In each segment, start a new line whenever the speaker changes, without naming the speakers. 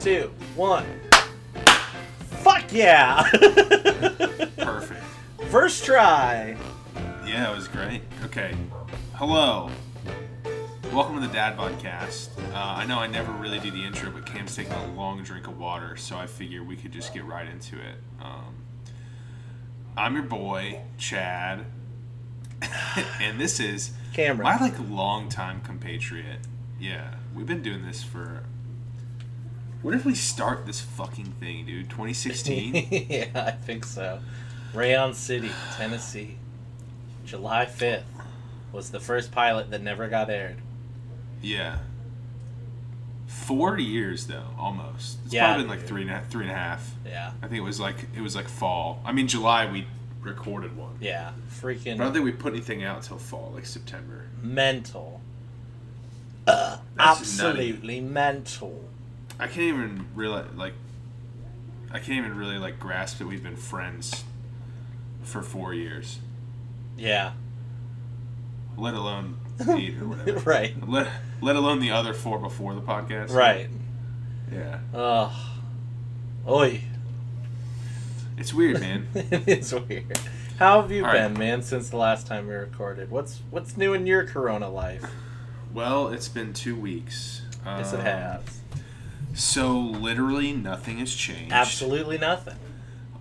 two, one. Fuck yeah!
Perfect.
First try.
Yeah, it was great. Okay. Hello. Welcome to the Dad Podcast. Uh, I know I never really do the intro, but Cam's taking a long drink of water, so I figure we could just get right into it. Um, I'm your boy, Chad, and this is
Cameron.
my like longtime compatriot. Yeah, we've been doing this for. Where did we start this fucking thing, dude? 2016.
yeah, I think so. Rayon City, Tennessee. July 5th was the first pilot that never got aired.
Yeah. Four years though, almost. It's
Yeah,
probably been like
dude.
three and a half, three and a half.
Yeah.
I think it was like it was like fall. I mean July we recorded one.
Yeah.
But I don't
Freaking
think we put anything out till fall, like September.
mental. Uh,
That's just nutty.
Absolutely mental.
I can't even realize like I can't even really like grasp that we've been friends for four years.
Yeah.
Let alone eight or whatever.
Right.
Let let alone the other four before the podcast.
Right.
Yeah.
Ugh. Oi.
It's weird, man.
it's weird. How have you
All right.
been, man, since the last time we recorded? What's what's new in your corona life?
well, it's been two weeks.
Yes,
Um,
it has.
So literally nothing has changed.
Absolutely nothing.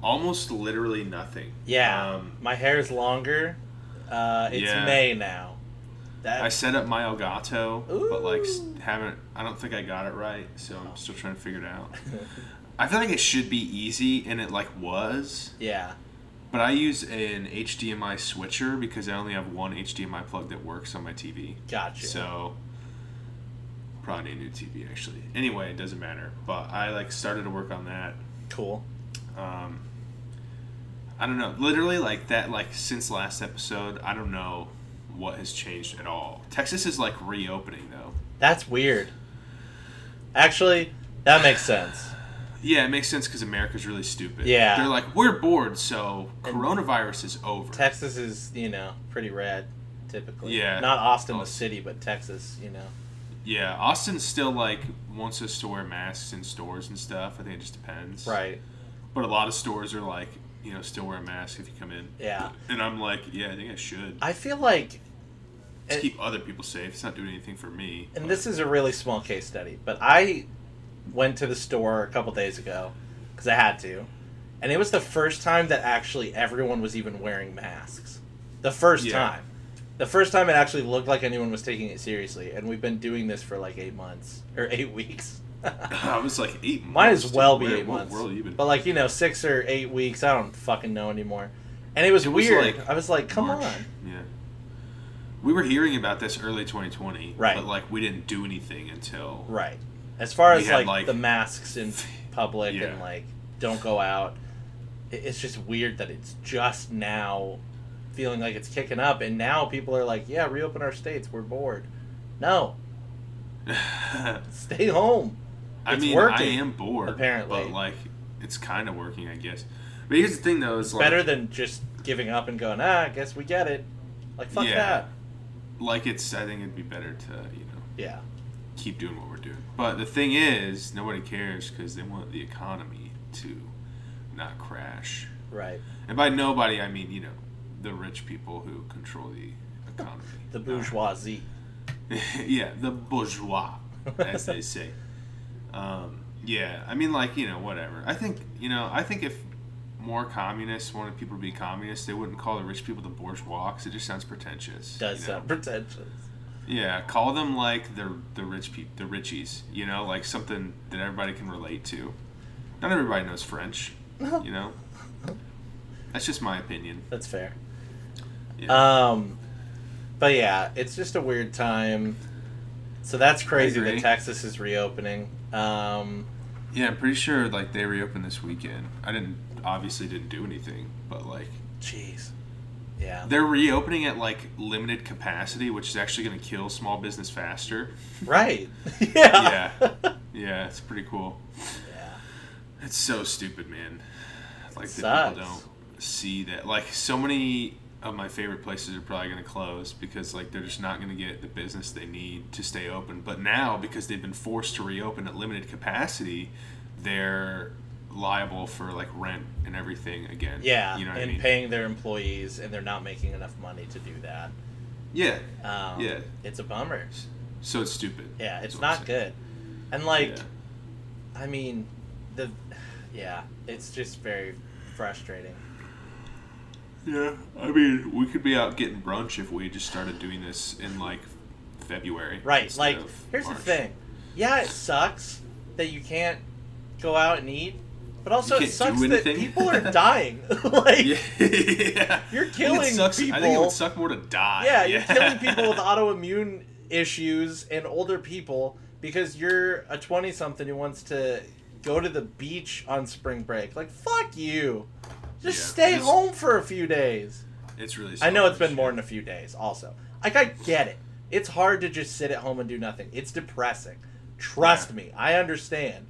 Almost literally nothing.
Yeah,
Um,
my hair's longer. Uh, it's
yeah.
May now.
I
That
set up my Elgato, but like s-
Ooh.
haven't. I don't think I got it right, so I'm still trying to figure it out. I feel like it should be easy, and it like was,
yeah,
but I use an HDMI switcher because I only have one HDMI plug that works on my TV.
gotcha.
So probably need a new TV actually. Anyway, it doesn't matter. But I like started to work on that.
cool.
um i don't know literally like that like since last episode i don't know what has changed at all texas is like reopening though
That's weird. Actually, that makes sense.
yeah it makes sense because america's really stupid
Yeah.
they're like we're bored so
And-
coronavirus is over
Texas is, you know, pretty rad, typically.
Yeah.
Not Austin, the
Austin.
city, but Texas, you know.
yeah austin still like wants us to wear masks in stores and stuff i think it just depends
Right.
but a lot of stores are like you know still wear a mask if you come in
Yeah.
and i'm like yeah i think i should
I feel like eh,
Just
it-
keep other people safe it's not doing anything for me
and
but-
this is a really small case study, but I went to the store a couple days ago because I had to, and it was the first time that actually everyone was even wearing masks. The first
Yeah.
time, the first time it actually looked like anyone was taking it seriously, and we've been doing this for like eight months or eight weeks.
I was like eight.
Might
months,
as well
dude.
be
Where-
eight
what
months.
World you been?
But like you know, six or eight weeks, I don't fucking know anymore. And it was
It was,
weird.
like,
I was like, come
March.
on.
Yeah. We were hearing about this early 2020,
Right.
But like we didn't do anything until
Right. As far
We
as
had,
like,
like-
the masks in public
Yeah.
and like don't go out, i- it's just weird that it's just now feeling like it's kicking up, and now people are like, "Yeah, reopen our states. We're bored." No, stay home.
I
It's
mean, I
working,
am bored
apparently.
but like it's kind of working, I guess. But here's the thing, though, is like,
Better than just giving up and going, "Ah, I guess we get it." Like fuck
Yeah.
that.
like it's. I think it'd be better to you know
Yeah.
keep doing what we're doing. But the thing is, nobody cares because they want the economy to not crash.
Right.
And by nobody, I mean you know the rich people who control the economy.
The bourgeoisie.
yeah, the bourgeois, as they say. Um, yeah, I mean, like you know, whatever. I think you know, I think if more communists wanted people to be communists, they wouldn't call the rich people the bourgeois. 'cause it just sounds pretentious.
Does
you know?
sound pretentious.
Yeah, call them like the the rich people, the richies. You know, like something that everybody can relate to. Not everybody knows French. You know, that's just my opinion.
That's fair.
Yeah.
Um, but yeah, it's just a weird time. So that's crazy that
agree.
Texas is reopening. Um,
yeah, I'm pretty sure like they reopened this weekend. I didn't obviously didn't do anything, but like
jeez, yeah,
They're reopening at like limited capacity, which is actually going to kill small business faster.
right, yeah, yeah.
Yeah, it's pretty cool. It's so stupid, man. Like that
Sucks.
people don't see that. Like so many of my favorite places are probably going to close because like they're just not going to get the business they need to stay open. But now because they've been forced to reopen at limited capacity, they're liable for like rent and everything again.
Yeah,
you know what
and
I mean.
paying their employees, and they're not making enough money to do that.
yeah,
Um,
Yeah.
it's a bummer.
so it's stupid.
Yeah, it's
That's what I'm
not
saying.
good. And like,
Yeah.
I mean, the yeah, it's just very frustrating.
Yeah, I mean, we could be out getting brunch if we just started doing this in like February.
Right.
instead
Like,
of
here's the
March.
thing. Yeah, it sucks that you can't go out and eat, but also
You
it
can't
sucks
do
that
anything.
people are dying. like,
Yeah.
yeah, You're
I think it
killing
sucks- I think it
people.
would suck more to die.
you're killing people with autoimmune issues and older people because you're a 20 something who wants to go to the beach on spring break. Like, fuck you. Just
Yeah,
stay
it's-
home for a few days.
It's really.
I know it's been
selfish,
more than a few days, also. Like, I get it. It's hard to just sit at home and do nothing. It's depressing. Trust
Yeah.
me, I understand.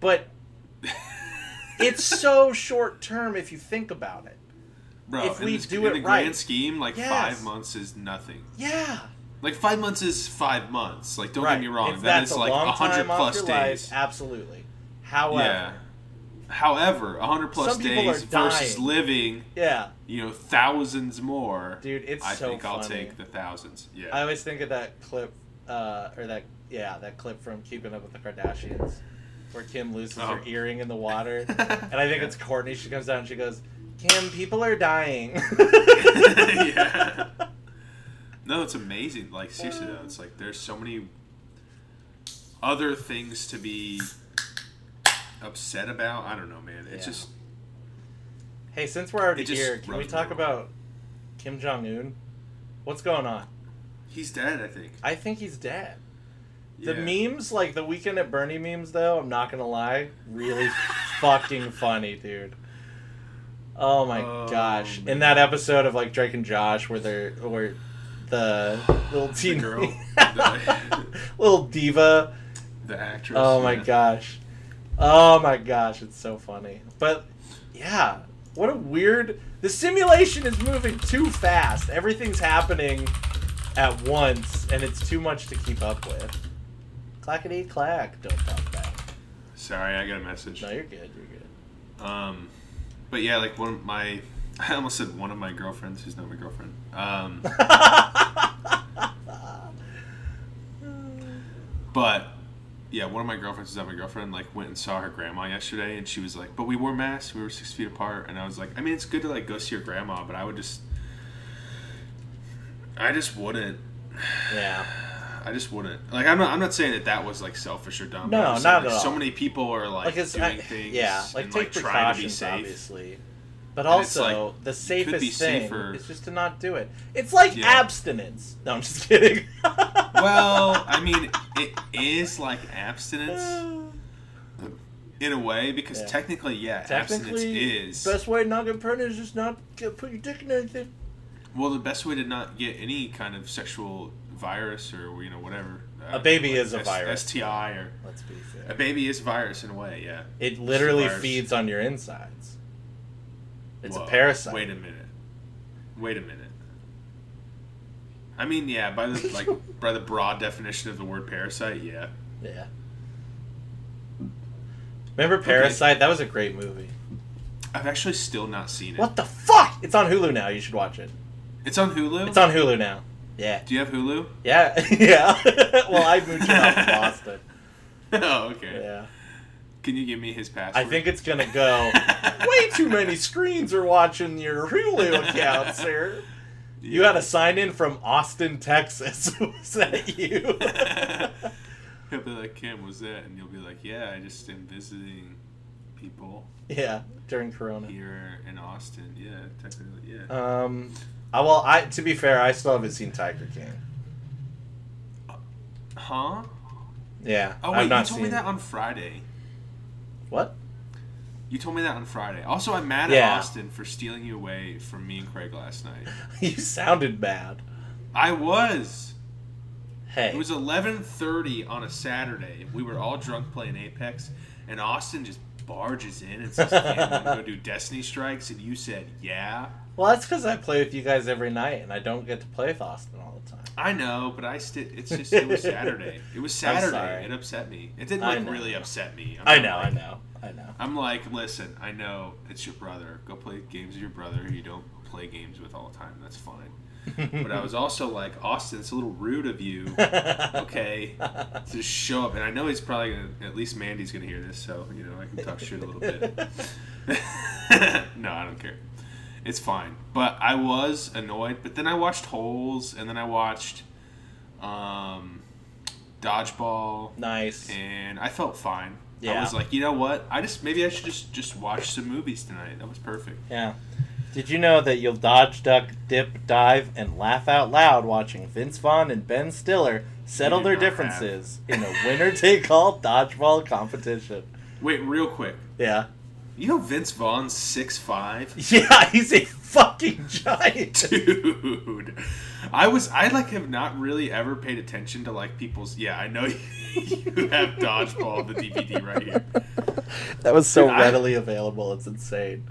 But it's so short term if you think about it.
Bro,
if
in
we
this-
do
in
it
the
right.
grand scheme, like
Yes.
five months is nothing.
Yeah.
Like five months is five months. Like don't
right.
get me wrong,
If
that
that's
is
a
like
long
hundred
time off
plus
your
days.
life, absolutely. However,
yeah. However, hundred plus
Some people
days
are
versus
dying.
living,
yeah.
you know, thousands more.
Dude, it's
I
so
think I'll
funny.
take the thousands. Yeah.
I always think of that clip, uh, or that yeah, that clip from Keeping Up with the Kardashians, where Kim loses
Oh.
her earring in the water, and I think it's Courtney. She comes down and she goes, "Kim, people are dying."
yeah. No, it's amazing. Like seriously though, it's like there's so many other things to be upset about. I don't know, man. It's
Yeah.
just
Hey, since we're already
It just
here, can we
rubs me
talk
wrong.
about Kim Jong Un? What's going on?
he's dead. I think.
I think he's dead. The
Yeah.
memes, like the weekend at Bernie memes, though, I'm not gonna lie, really fucking funny, dude. Oh my
Oh,
gosh!
man.
In that episode of like Drake and Josh, where they're where the little teen
girl, the-
little diva.
The actress.
Oh my
yeah.
gosh! Oh my gosh! It's so funny. But yeah, what a weird. The simulation is moving too fast. Everything's happening at once, and it's too much to keep up with. Clackety clack! Don't talk back.
Sorry, I got a message.
No, you're good. You're good.
Um, but yeah, like one of my, I almost said one of my girlfriends who's not my girlfriend. Um, but yeah, one of my girlfriends who's not my girlfriend like went and saw her grandma yesterday, and she was like, "But we wore masks. We were six feet apart." And I was like, "I mean, it's good to like go see your grandma, but I would just, I just wouldn't."
Yeah.
I just wouldn't. Like, I'm not. I'm not saying that that was like selfish or dumb.
No,
but I'm saying,
not
like,
at all.
So many people are like,
Like it's
doing
I-
things.
yeah, like
and,
take
trying to be
precautions,
safe.
obviously. But
And it's
also,
like,
the
you could be
safest thing
safer.
is just to not do it. It's like
Yeah.
abstinence. No, I'm just kidding.
Well, I mean, it is like abstinence in a way because
Uh, Yeah.
technically, yeah, abstinence
technically,
is.
best way to not get pregnant is just not get, put your dick in anything.
well, the best way to not get any kind of sexual virus or you know whatever. uh,
A baby is a virus.
STI or
Let's be
a
fair.
baby is a virus in a way. Yeah.
It literally
virus.
feeds on your insides. It's
Whoa,
a parasite.
Wait a minute. Wait a minute. I mean, yeah, by the like by the broad definition of the word parasite, yeah.
Yeah. Remember Parasite? That was a great movie.
I've actually still not seen it.
What the fuck? It's on Hulu now. You should watch it.
It's on Hulu.
It's on Hulu now. Yeah.
Do you have Hulu?
Yeah. yeah. well, I moved here out of Boston.
oh, okay.
Yeah.
Can you give me his password?
I think it's going to go. Way too many screens are watching your Hulu account, sir. You had a sign in from Austin, Texas. Was that you?
He'll be like, Kim, was that? And you'll be like, Yeah, I just am visiting people
yeah, during Corona.
here in Austin. Yeah, technically, yeah.
Um, I, well, I to be fair, I still haven't seen Tiger King.
huh?
Yeah.
Oh
I've
wait, you
not
told me
seen-
that on Friday.
What?
You told me that on Friday. Also, I'm mad at
Yeah.
Austin for stealing you away from me and Craig last night.
you sounded bad.
I was.
Hey.
It was 11:30 on a Saturday. We were all drunk playing Apex, and Austin just barges in and says, "Can we go do Destiny Strikes?" And you said, "Yeah."
Well, that's because I play with you guys every night, and I don't get to play with Austin all the time.
I know, but I still. It's just it was Saturday. It was
I'm
Saturday.
sorry.
It upset me. It didn't
I
like
know.
really upset me. I'm
I
not
know,
like-
I know, I know.
I'm like, listen, I know it's your brother. Go play games with your brother who you don't play games with all the time. That's fine. but I was also like, Austin, it's a little rude of you. okay, to just show up. And I know he's probably gonna. At least Mandy's gonna hear this, so you know I can talk shit a little bit. no, I don't care. It's fine. But I was annoyed. But then I watched Holes, and then I watched um, Dodgeball
Nice.
and I felt fine. I
Yeah.
was like, you know what? I just maybe I should just just watch some movies tonight. That was perfect.
Yeah. Did you know that you'll dodge, duck, dip, dive, and laugh out loud watching Vince Vaughn and Ben Stiller settle
You do
their
not have.
differences in a winner take all dodgeball competition?
Wait, real quick.
Yeah.
You know Vince Vaughn's six five,
Yeah, he's a fucking giant.
dude. I was I like have not really ever paid attention to like people's. Yeah, I know you have dodgeball the DVD right here.
That was so
Dude, I-
readily available, it's insane.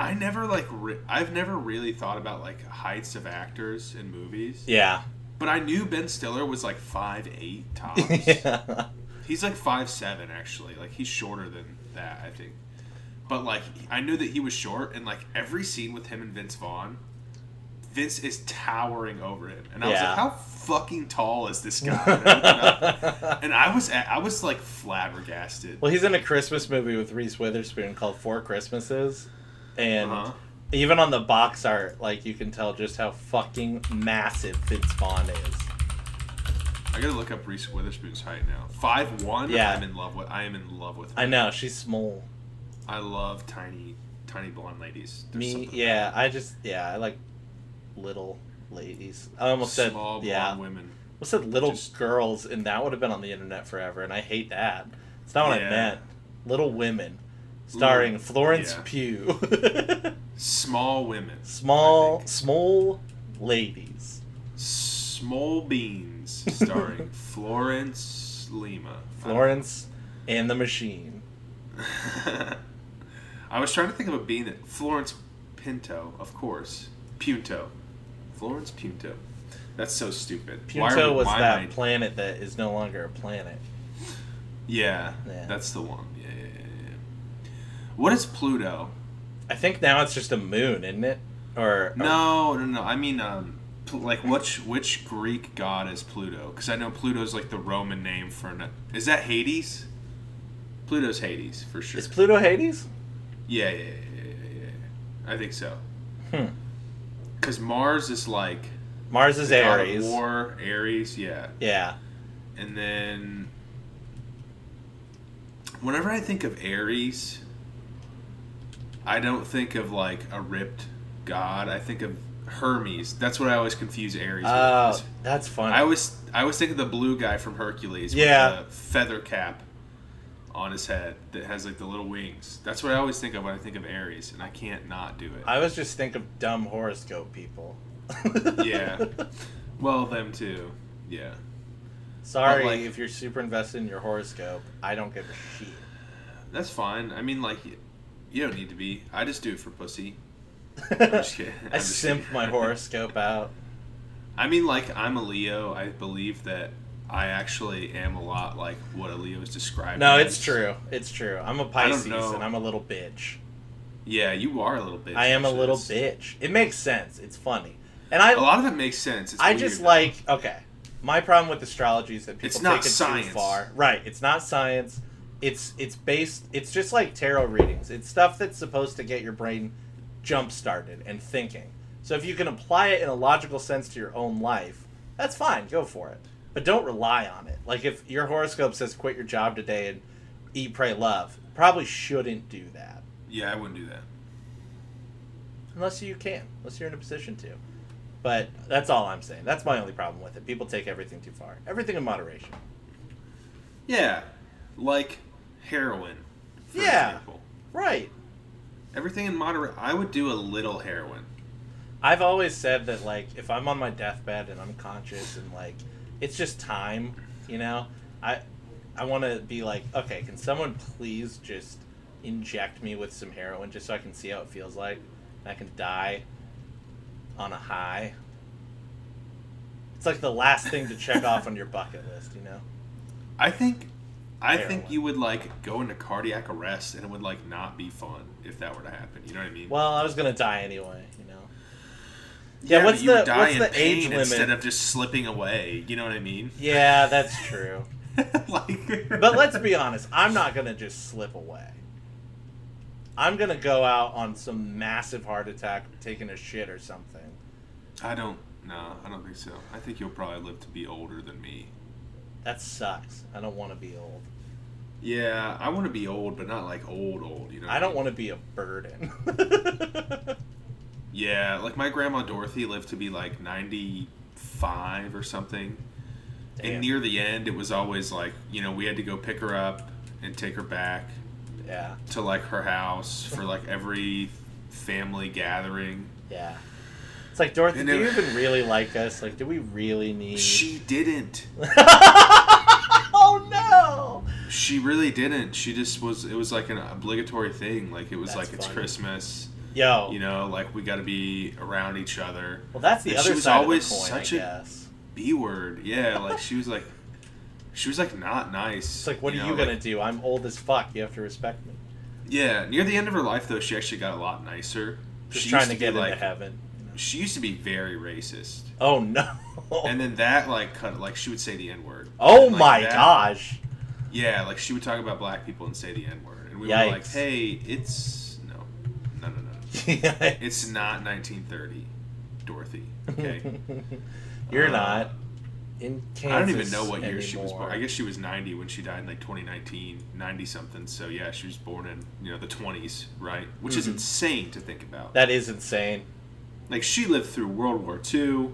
I never like re- I've never really thought about like heights of actors in movies.
Yeah.
But I knew Ben Stiller was like five eight tops.
yeah.
He's like five seven actually. Like he's shorter than that, I think. But like I knew that he was short and like every scene with him and Vince Vaughn, Vince is towering over him. And I was
Yeah.
like, How fucking tall is this guy? And I, looked it up, and I was at, I was like flabbergasted.
Well, he's in a Christmas movie with Reese Witherspoon called Four Christmases, and
Uh-huh.
even on the box art, like you can tell just how fucking massive Vince Vaughn is.
I gotta look up Reese Witherspoon's height now. Five one.
Yeah.
I'm in love with. I am in love with. Her.
I know she's small.
I love tiny, tiny blonde ladies. There's
Me,
something
yeah, I just yeah, I like little ladies. I almost said
small blonde
yeah,
women.
I said little
Just-
girls, and that would have been on the internet forever, and I hate that. It's not what
Yeah.
I meant. Little Women, starring
Little-
Florence
yeah.
Pugh.
Small women. I
small,
think.
small ladies.
Small Beans, starring Florence Lima.
Florence and the Machine.
I was trying to think of a bean that Florence Pinto, of course. Punto. Florence Punto. That's so stupid. Why
Punto
are-
was
why am
that
I-
planet that is no longer a planet.
yeah,
Yeah.
that's the one. Yeah, yeah, yeah, yeah. What is Pluto?
I think now it's just a moon, isn't it? Or oh,
No, no, no. I mean, um, pl- like which which Greek god is Pluto? Because I know Pluto's like the Roman name for. An, is that Hades? Pluto's Hades for sure.
is Pluto Hades?
Yeah, yeah, yeah, yeah, yeah, yeah. I think so.
Hmm.
Because Mars is like
Mars is
the god of
Aries.
War, Aries, yeah.
Yeah.
And then whenever I think of Aries, I don't think of like a ripped god. I think of Hermes. That's what I always confuse Aries
Oh,
with.
that's funny.
I always I always think of the blue guy from Hercules
Yeah.
with the feather cap on his head that has like the little wings. That's what I always think of when I think of Aries, and I can't not do it.
I always just think of dumb horoscope people.
yeah. Well, them too. Yeah.
Sorry
But, like-
if you're super invested in your horoscope. I don't give a shit.
That's fine. I mean, like, y- you don't need to be. I just do it for pussy. just kidding. I'm
I
just
simp
kidding.
my horoscope out.
I mean, like, I'm a Leo. I believe that I actually am a lot like what a Leo is described.
No,
as.
it's true. It's true. I'm a
I don't
Pisces
know.
and I'm a little bitch.
Yeah, you are a little bitch.
I am a
actually.
little
That's-
bitch. It makes sense. It's funny. And I
A lot of it makes sense. It's
I
weird,
just
though.
like okay. My problem with astrology is that people
It's not
take it
science.
too far. Right. It's not science. It's it's based. It's just like tarot readings. It's stuff that's supposed to get your brain jump started and thinking. So if you can apply it in a logical sense to your own life, that's fine. Go for it. But don't rely on it. Like if your horoscope says quit your job today and eat, pray, love, probably shouldn't do that
Yeah, I wouldn't do that.
unless you can, unless you're in a position to. But that's all I'm saying. That's my only problem with it. People take everything too far. Everything in moderation.
Yeah, like heroin. For
Yeah.
Example.
Right.
Everything in moderate. I would do a little heroin.
I've always said that like if I'm on my deathbed and I'm conscious and like it's just time, you know, I I want to be like, okay, can someone please just inject me with some heroin just so I can see how it feels like and I can die on a high. It's like the last thing to check off on your bucket list, you know?
I think, I
Heroin.
think you would like go into cardiac arrest, and it would like not be fun if that were to happen. You know what I mean?
Well, I was gonna die anyway, you know. yeah,
yeah, but
what's
you would
the-
die
what's
in
the
pain
age limit?
instead of just slipping away. You know what I mean?
Yeah, that's true.
like,
But let's be honest, I'm not gonna just slip away. I'm gonna go out on some massive heart attack, taking a shit or something.
I don't. No, I don't think so. I think you'll probably live to be older than me.
That sucks. I don't want to be old.
Yeah, I want to be old, but not like old old. You know.
I don't want to be a burden.
Yeah, like my grandma Dorothy lived to be like ninety five or something.
Damn.
And near the end, it was always like you know we had to go pick her up and take her back
yeah,
to like her house for like every family gathering.
yeah. It's like Dorothy,
And
do you
it-
even really like us? Like, do we really need?
She didn't.
oh no!
She really didn't. She just was. It was like an obligatory thing. Like it was
That's
like it's
funny.
Christmas.
Yo,
You know, like we got to be around each other.
well, that's the
and she
other
was
side
always
of the coin,
such
I
a-
guess.
B word. Yeah, like she was like, she was like not nice.
It's like, what are
know,
you gonna do? I'm old as fuck. You have to respect me.
Yeah, near the end of her life though, she actually got a lot nicer.
Just
she
trying
used
to
be,
get
like,
into heaven. you know?
She used to be very racist,
Oh no!
and then that like cut like she would say the n word.
oh
And, like,
my
that-
gosh!
Yeah, like she would talk about black people and say the n word, and we were like,
Yikes.
hey, it's no, no, no, no, no. it's not 1930, Dorothy. Okay,
You're
Uh,
not in Kansas.
I don't even know what year she was
anymore.
born. I guess she was 90 when she died in like 2019, 90 something. So yeah, she was born in you know the 20s, right? Which is
Mhm.
insane to think about.
that is insane.
Like she lived through World War II.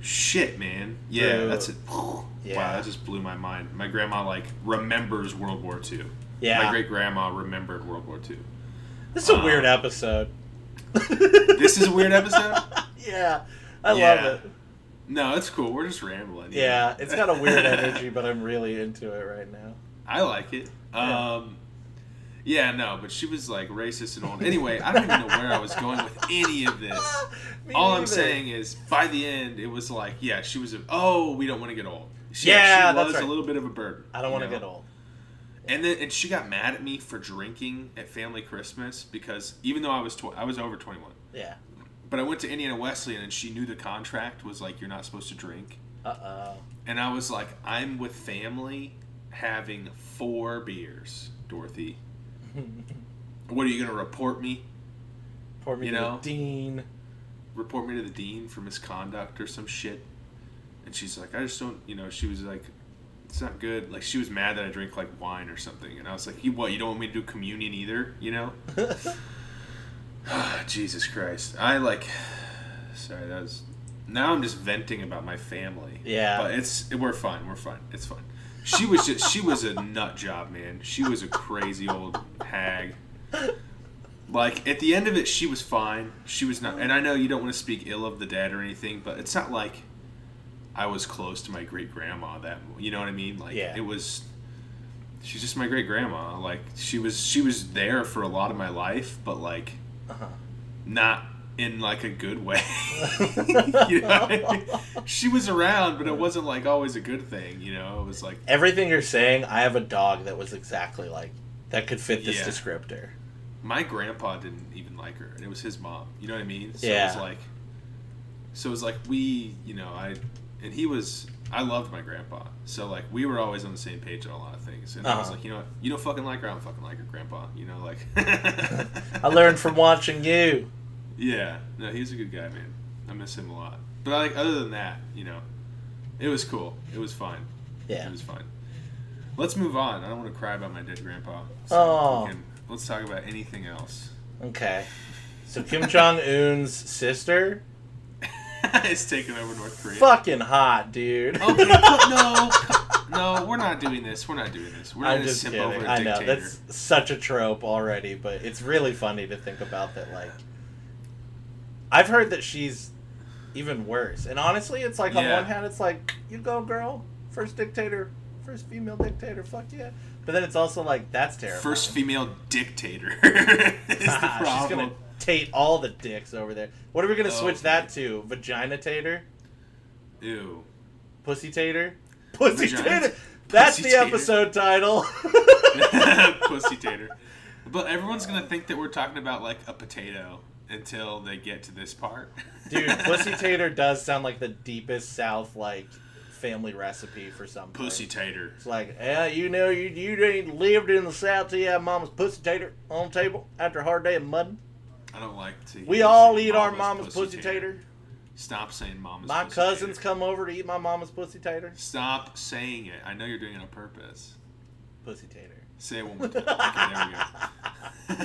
Shit, man. Yeah,
Through-
that's it. Wow,
Yeah.
that just blew my mind. My grandma like remembers World War II. My
Yeah,
great grandma remembered World War II.
this is a
uh,
weird episode.
This is a weird episode.
yeah, I
Yeah.
love it.
No, it's cool. We're just rambling. you
Yeah,
know?
it's got a weird energy, but I'm really into it right now.
I like it.
Yeah.
Um, yeah, no, but she was like racist and old. Anyway, I don't even know where I was going with any of this.
Me
All I'm
neither.
saying is, by the end, it was like, yeah, she was. A, oh, we don't want to get old. She,
Yeah,
she
that's
was
right.
a little bit of a burden.
I don't want to
you know?
get old.
And then, and she got mad at me for drinking at family Christmas because even though I was tw- I was over 21,
Yeah.
but I went to Indiana Wesleyan and she knew the contract was like you're not supposed to drink,
Uh oh.
and I was like, I'm with family, having four beers, Dorothy. What are you gonna report me?
Poor me,
You
to the
know?
Dean.
Report me to the dean for misconduct or some shit? And she's like, I just don't, you know. She was like, it's not good. Like she was mad that I drink like wine or something, and I was like, you what? You don't want me to do communion either, you know? Jesus Christ, I like. Sorry, that was. Now I'm just venting about my family.
Yeah.
but it's we're fine. We're fine. It's fine. She was just she was a nut job, man. She was a crazy old hag. Like at the end of it, she was fine. She was not, and I know you don't want to speak ill of the dead or anything, but it's not like I was close to my great grandma. That you know what I mean? Like
Yeah.
it was. She's just my great grandma. Like she was, she was there for a lot of my life, but like
Uh-huh.
not in like a good way. you know what I mean? She was around, but it wasn't like always a good thing. You know, it was like
Everything you're saying, I have a dog that was exactly like that could fit this
Yeah.
descriptor.
my grandpa didn't even like her, and it was his mom. You know what I mean? So it was
Yeah.
like, so it was like we, you know, I, and he was. I loved my grandpa, so like we were always on the same page on a lot of things. And I was
Uh-huh.
like, you know, what? you don't fucking like her, I don't fucking like her, grandpa. You know, like
I learned from watching you.
Yeah, no, he's a good guy, man. I miss him a lot. But I like other than that, you know, it was cool. It was fun. It
Yeah.
was fun. Let's move on. I don't want to cry about my dead grandpa.
Oh.
we can- let's talk about anything else.
Okay. So Kim Jong Un's sister,
it's taking over North Korea.
fucking hot, dude.
Okay, but no, no, we're not doing this. We're not doing this. We're not
I'm
going to
just
simp
kidding.
over a
I know
dictator.
that's such a trope already, but it's really funny to think about that. Like, I've heard that she's even worse, and honestly, it's like on
Yeah.
one hand, it's like you go, girl, first dictator, first female dictator, fuck yeah. But then it's also like that's terrible.
First female dictator is the
She's
problem.
gonna tate all the dicks over there. What are we gonna
Oh,
switch
okay.
that to? Vagina tater?
Ew.
Pussy Tater? Pussy
Vagina.
Tater! That's
Pussy
the
Tater.
episode title.
Pussy tater. But everyone's gonna think that we're talking about like a potato until they get to this part.
Dude, Pussy Tater does sound like the deepest South, like, family recipe for something.
Pussy tater.
It's like, yeah, you know, you you ain't lived in the South till you had mama's pussy tater on the table after a hard day of mudding.
I don't like to.
We
hear
all
say
eat our mama's pussy, tater.
Stop saying mama's.
My
pussy
cousins
tater.
come over to eat my mama's pussy tater.
Stop saying it. I know you're doing it on purpose.
Pussy tater.
Say it one more time. Okay,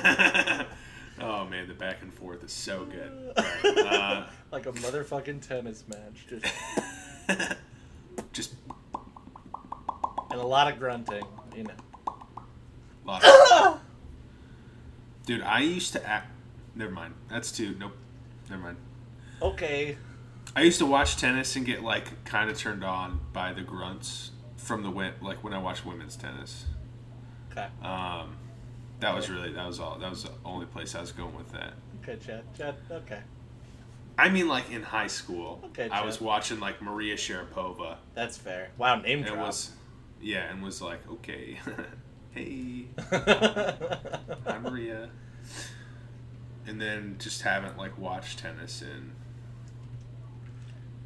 there we go. oh man, the back and forth is so good. All right, uh,
like a motherfucking tennis match. Just,
uh, just
and a lot of grunting, you know.
lot of- Dude, I used to act. Never mind. That's two. Nope. Never mind.
Okay.
I used to watch tennis and get like kind of turned on by the grunts from the win. Like when I watched women's tennis,
Okay.
um, that was really that was all. That was the only place I was going with that.
Okay, Chad. Chad. Okay.
I mean, like in high school,
Okay,
I
Chad.
was watching like Maria Sharapova
That's fair. Wow, name
and
drop.
was yeah, and was like, okay, hey, Hi Maria. And then just haven't like watched tennis and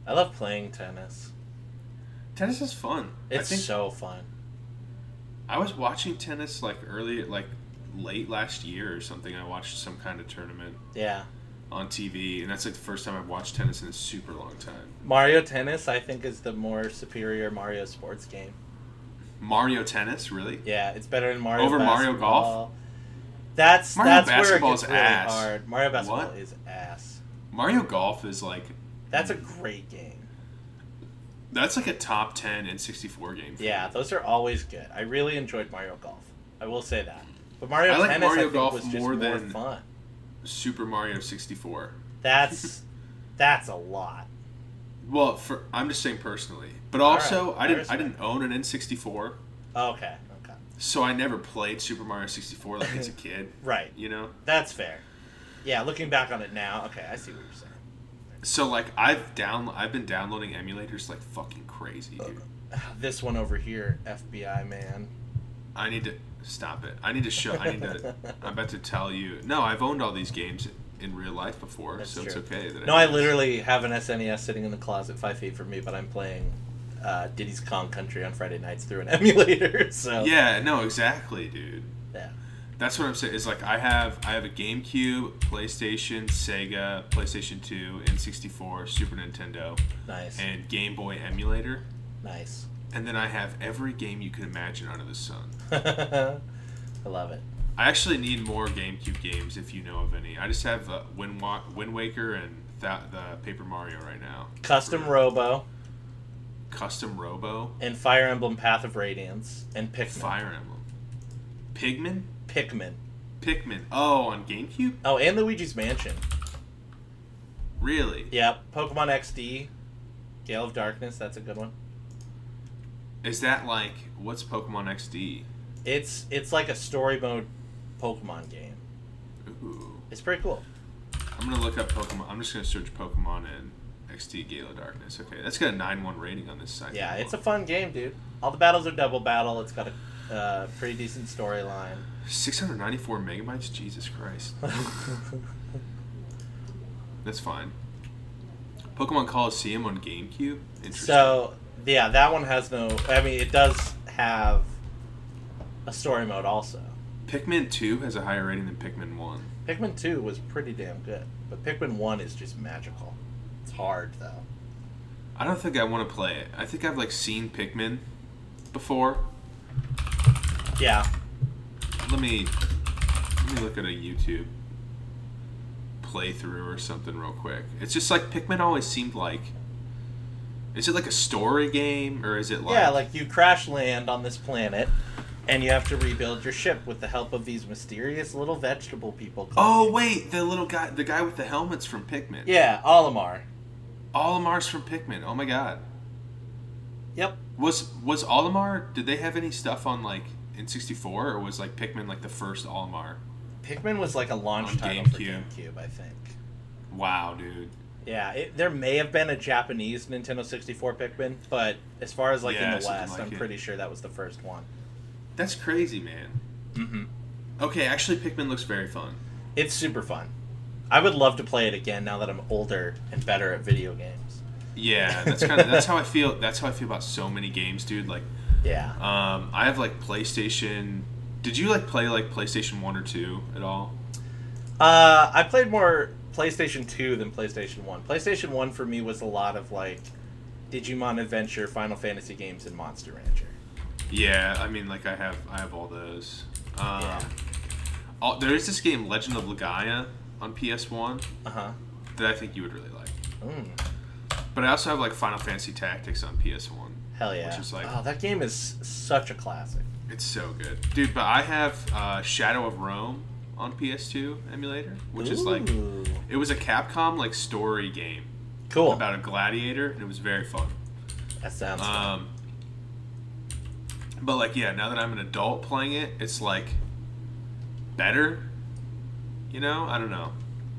I love playing tennis.
tennis is fun. I
It's
think
so fun.
I was watching tennis like early like late last year or something. I watched some kind of tournament
Yeah.
on TV and that's like the first time I've watched tennis in a super long time.
Mario Tennis, I think, is the more superior Mario sports game.
Mario tennis, really?
Yeah, it's better than Mario
Over Mario
basketball.
Golf?
That's
Mario
that's
basketball
where it gets
is
really
ass.
hard. Mario basketball
What?
is ass.
Mario golf is like
That's a great game.
that's like a top 10 and 64 game. for
Yeah,
me.
those are always good. I really enjoyed Mario Golf. I will say that. But Mario
I like
Tennis, I
Mario
think,
Golf
was just more,
more than-
fun.
Super Mario 64.
That's that's a lot.
Well, for I'm just saying personally. But
All right.
also,
I
I didn't I
respect.
didn't own an N64,
Okay, okay,
so I never played Super Mario 64 like as a kid,
right.
you know?
That's fair. Yeah, looking back on it now, okay, I see what you're saying.
So like I've down I've been downloading emulators like fucking crazy, dude.
This one over here, FBI man.
I need to stop it. I need to show. I need to. I'm about to tell you. No, I've owned all these games in real life before,
That's
so it's
true.
okay. That
No, I
did this.
literally have an SNES sitting in the closet five feet from me, but I'm playing uh, Diddy's Kong Country on Friday nights through an emulator. So
Yeah, no, exactly, dude.
yeah.
That's what I'm saying. Is like I have I have a GameCube, PlayStation, Sega, PlayStation 2, N64, Super Nintendo,
nice,
and Game Boy emulator,
nice.
and then I have every game you can imagine under the sun.
I love it.
I actually need more GameCube games if you know of any. I just have uh, Wind, Wa- Wind Waker and th- the Paper Mario right now.
Custom Robo
Custom Robo,
and Fire Emblem Path of Radiance and Pikmin.
Fire Emblem, Pigman,
Pikmin.
Pikmin. Oh, on GameCube,
Oh, and Luigi's Mansion.
really?
Yeah, Pokemon XD, Gale of Darkness. That's a good one.
Is that like what's Pokemon XD?
It's it's like a story mode Pokemon game.
Ooh,
It's pretty cool.
I'm gonna look up Pokemon. I'm just gonna search Pokemon and XD Gale of Darkness. Okay, that's got a nine-one rating on this site.
Yeah, it's a fun game, dude. All the battles are double battle. It's got a uh, pretty decent storyline.
694 megabytes. Jesus Christ. That's fine. Pokemon Coliseum on GameCube. Interesting.
so yeah, that one has no. I mean, it does have a story mode also.
Pikmin 2 has a higher rating than Pikmin 1.
Pikmin two was pretty damn good, but Pikmin one is just magical. It's hard though.
I don't think I want to play it. I think I've like seen Pikmin before.
Yeah,
Let me let me look at a YouTube playthrough or something real quick. It's just like Pikmin always seemed like is it like a story game or is it like
yeah. Like you crash land on this planet, and you have to rebuild your ship with the help of these mysterious little vegetable people.
Oh wait, the little guy the guy with the helmet's from Pikmin.
yeah, Olimar.
Olimar's from Pikmin. Oh my god.
Yep.
Was was Olimar? Did they have any stuff on like in '64, or was like Pikmin like the first Olimar?
Pikmin was like a launch
On
title for
GameCube.
GameCube, I think.
Wow, dude.
Yeah, it, there may have been a Japanese Nintendo 64 Pikmin, but as far as like
Yeah,
in the
something
West,
like
I'm
it.
pretty sure that was the first one.
That's crazy, man.
hmm
Okay, actually, Pikmin looks very fun.
It's super fun. I would love to play it again now that I'm older and better at video games.
Yeah, that's kind of that's how I feel. That's how I feel about so many games, dude. Like,
Yeah.
um, I have like PlayStation. Did you like play like PlayStation One or Two at all?
Uh, I played more PlayStation 2 than PlayStation 1. PlayStation 1 for me was a lot of like Digimon Adventure, Final Fantasy games, and Monster Rancher.
Yeah, I mean, like I have I have all those. Um,
Yeah.
all, there is this game Legend of Legaia on PS One
Uh huh.
that I think you would really like.
Mm,
But I also have like Final Fantasy Tactics on PS One.
hell yeah.
Which is like-
oh, that game is such a classic.
It's so good, dude. But I have uh, Shadow of Rome on PS2 emulator, which is like
Ooh.
it was a Capcom like story game
cool.
about a gladiator, and it was very fun.
that sounds. fun.
Um, but like, yeah, now that I'm an adult playing it, it's like better. You know, I don't know.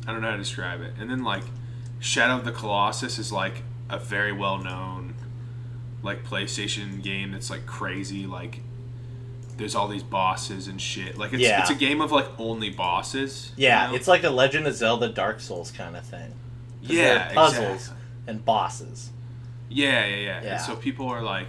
I don't know how to describe it. And then like, Shadow of the Colossus is like a very well known like PlayStation game that's like crazy. Like, there's all these bosses and shit. Like, it's
Yeah.
it's a game of like only bosses. you
yeah,
know?
it's like a Legend of Zelda, Dark Souls kind of thing. 'Cause there
yeah
are puzzles
exactly.
and bosses.
Yeah, yeah, yeah.
Yeah.
And so people are like,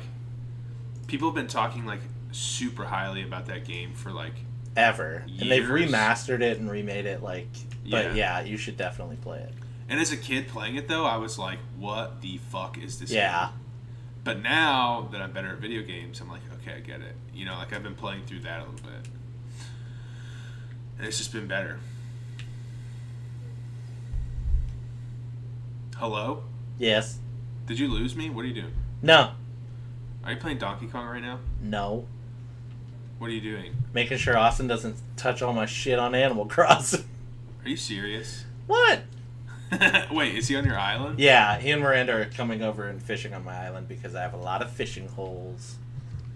people have been talking like super highly about that game for like,
Ever, and they've
Years.
remastered it and remade it. Like, but yeah,
Yeah.
you should definitely play it.
and as a kid playing it though, I was like, what the fuck is this?
Yeah,
game? But now that I'm better at video games, I'm like, okay, I get it. You know, like I've been playing through that a little bit, and it's just been better. Hello?
yes,
Did you lose me? What are you doing?
no,
Are you playing Donkey Kong right now?
no.
What are you doing?
Making sure Austin doesn't touch all my shit on Animal Crossing.
Are you serious?
what?
Wait, is he on your island?
Yeah, he and Miranda are coming over and fishing on my island because I have a lot of fishing holes.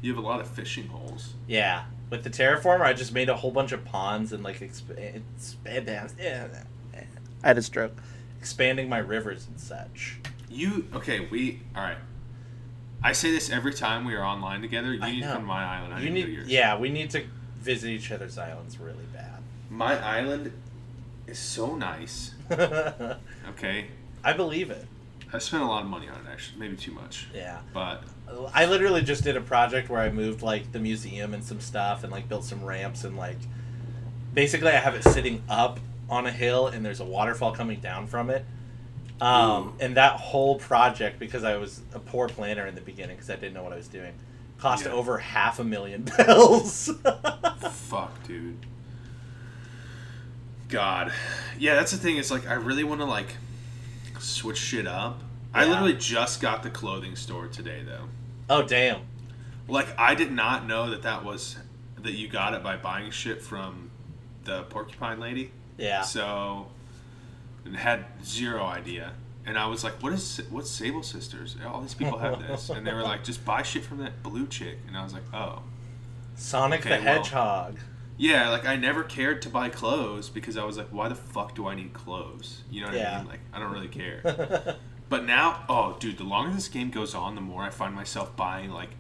You have a lot of fishing holes.
Yeah, with the terraformer, I just made a whole bunch of ponds and like exp- expand. Yeah, I had a stroke. Expanding my rivers and such.
You okay? We all right. I say this every time we are online together. You
I
need to
know.
come to my island. I
you
need to
need,
yours.
yeah, we need to visit each other's islands really
My island is so nice.
bad.
Okay,
I believe it.
I spent a lot of money on it actually, maybe too much.
Yeah,
But
I literally just did a project where I moved like the museum and some stuff and like built some ramps and like basically I have it sitting up on a hill and there's a waterfall coming down from it. Um,
Ooh.
and that whole project, because I was a poor planner in the beginning because I didn't know what I was doing, cost
Yeah.
over half a million bells.
fuck, dude. God, yeah, that's the thing. It's like I really want to like switch shit up. I
Yeah.
literally just got the clothing store today though.
oh damn!
Like I did not know that that was that you got it by buying shit from the porcupine lady.
Yeah,
So and had zero idea. And I was like, "What is what's Sable Sisters? All these people have this." And they were like, "Just buy shit from that blue chick." And I was like, "Oh,
Sonic
okay,
the
well.
Hedgehog.
yeah." Like I never cared to buy clothes because I was like, "Why the fuck do I need clothes?" You know what
Yeah.
I mean? Like I don't really care. But now, oh, dude, the longer this game goes on, the more I find myself buying like.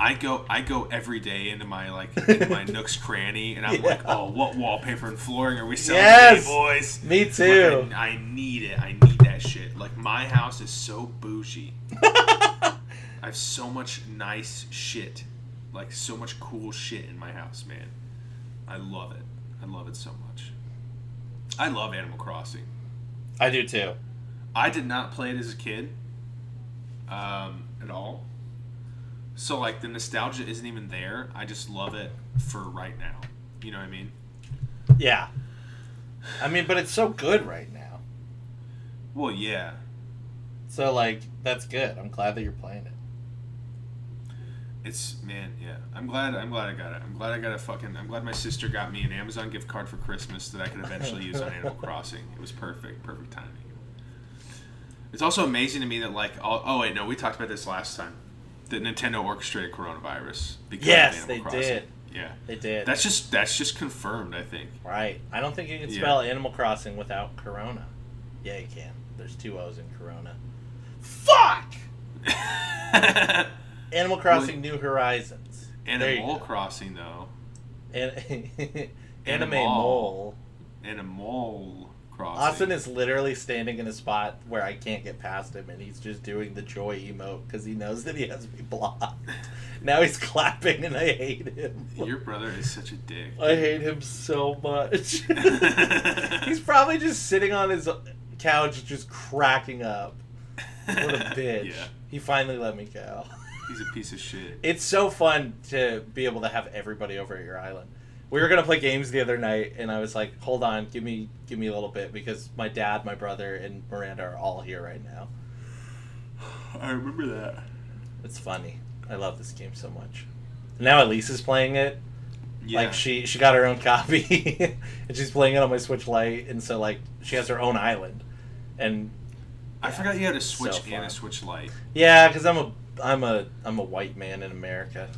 I go, I go every day into my like into my nooks cranny, and I'm like,
Yeah.
oh, what wallpaper and flooring are we selling
Yes!
today, boys?
Me
Like,
too.
I, I need it. I need that shit. Like my house is so bougie. I have so much nice shit, like so much cool shit in my house, man. I love it. I love it so much. I love Animal Crossing.
I do too.
I did not play it as a kid, um, at all. So like the nostalgia isn't even there. I just love it for right now. You know what I mean?
Yeah, I mean, but it's so good right now.
Well, yeah.
So like that's good. I'm glad that you're playing it.
It's man, yeah. I'm glad. I'm glad I got it. I'm glad I got a fucking. I'm glad my sister got me an Amazon gift card for Christmas that I could eventually use on Animal Crossing. It was perfect. Perfect timing. It's also amazing to me that like, all, oh wait, no, we talked about this last time. That Nintendo orchestrated coronavirus because
Yes,
of
they
Animal Crossing.
did.
Yeah,
They did.
that's just that's just confirmed. I think.
right. I don't think you can
Yeah.
spell Animal Crossing without Corona. Yeah, you can. There's two O's in Corona. Fuck! Animal Crossing New Horizons. There you
Animal
go.
Crossing though.
An- Anime
Animal.
Mole.
Animal Crossing.
Austin is literally standing in a spot where I can't get past him, and he's just doing the joy emote because he knows that he has me blocked. Now he's clapping, and I hate him.
Your brother is such a dick.
I hate him so much. he's probably just sitting on his couch, just cracking up. What a bitch.
Yeah,
He finally let me go.
he's a piece of shit.
It's so fun to be able to have everybody over at your island. We were gonna play games the other night, and I was like, "Hold on, give me, give me a little bit," because my dad, my brother, and Miranda are all here right now.
I remember that.
It's funny. I love this game so much. Now Elise is playing it.
Yeah.
Like she, she got her own copy, and she's playing it on my Switch Lite, and so like she has her own island, and
I forgot you had a Switch and
fun.
a Switch Lite.
yeah, because I'm a, I'm a, I'm a white man in America.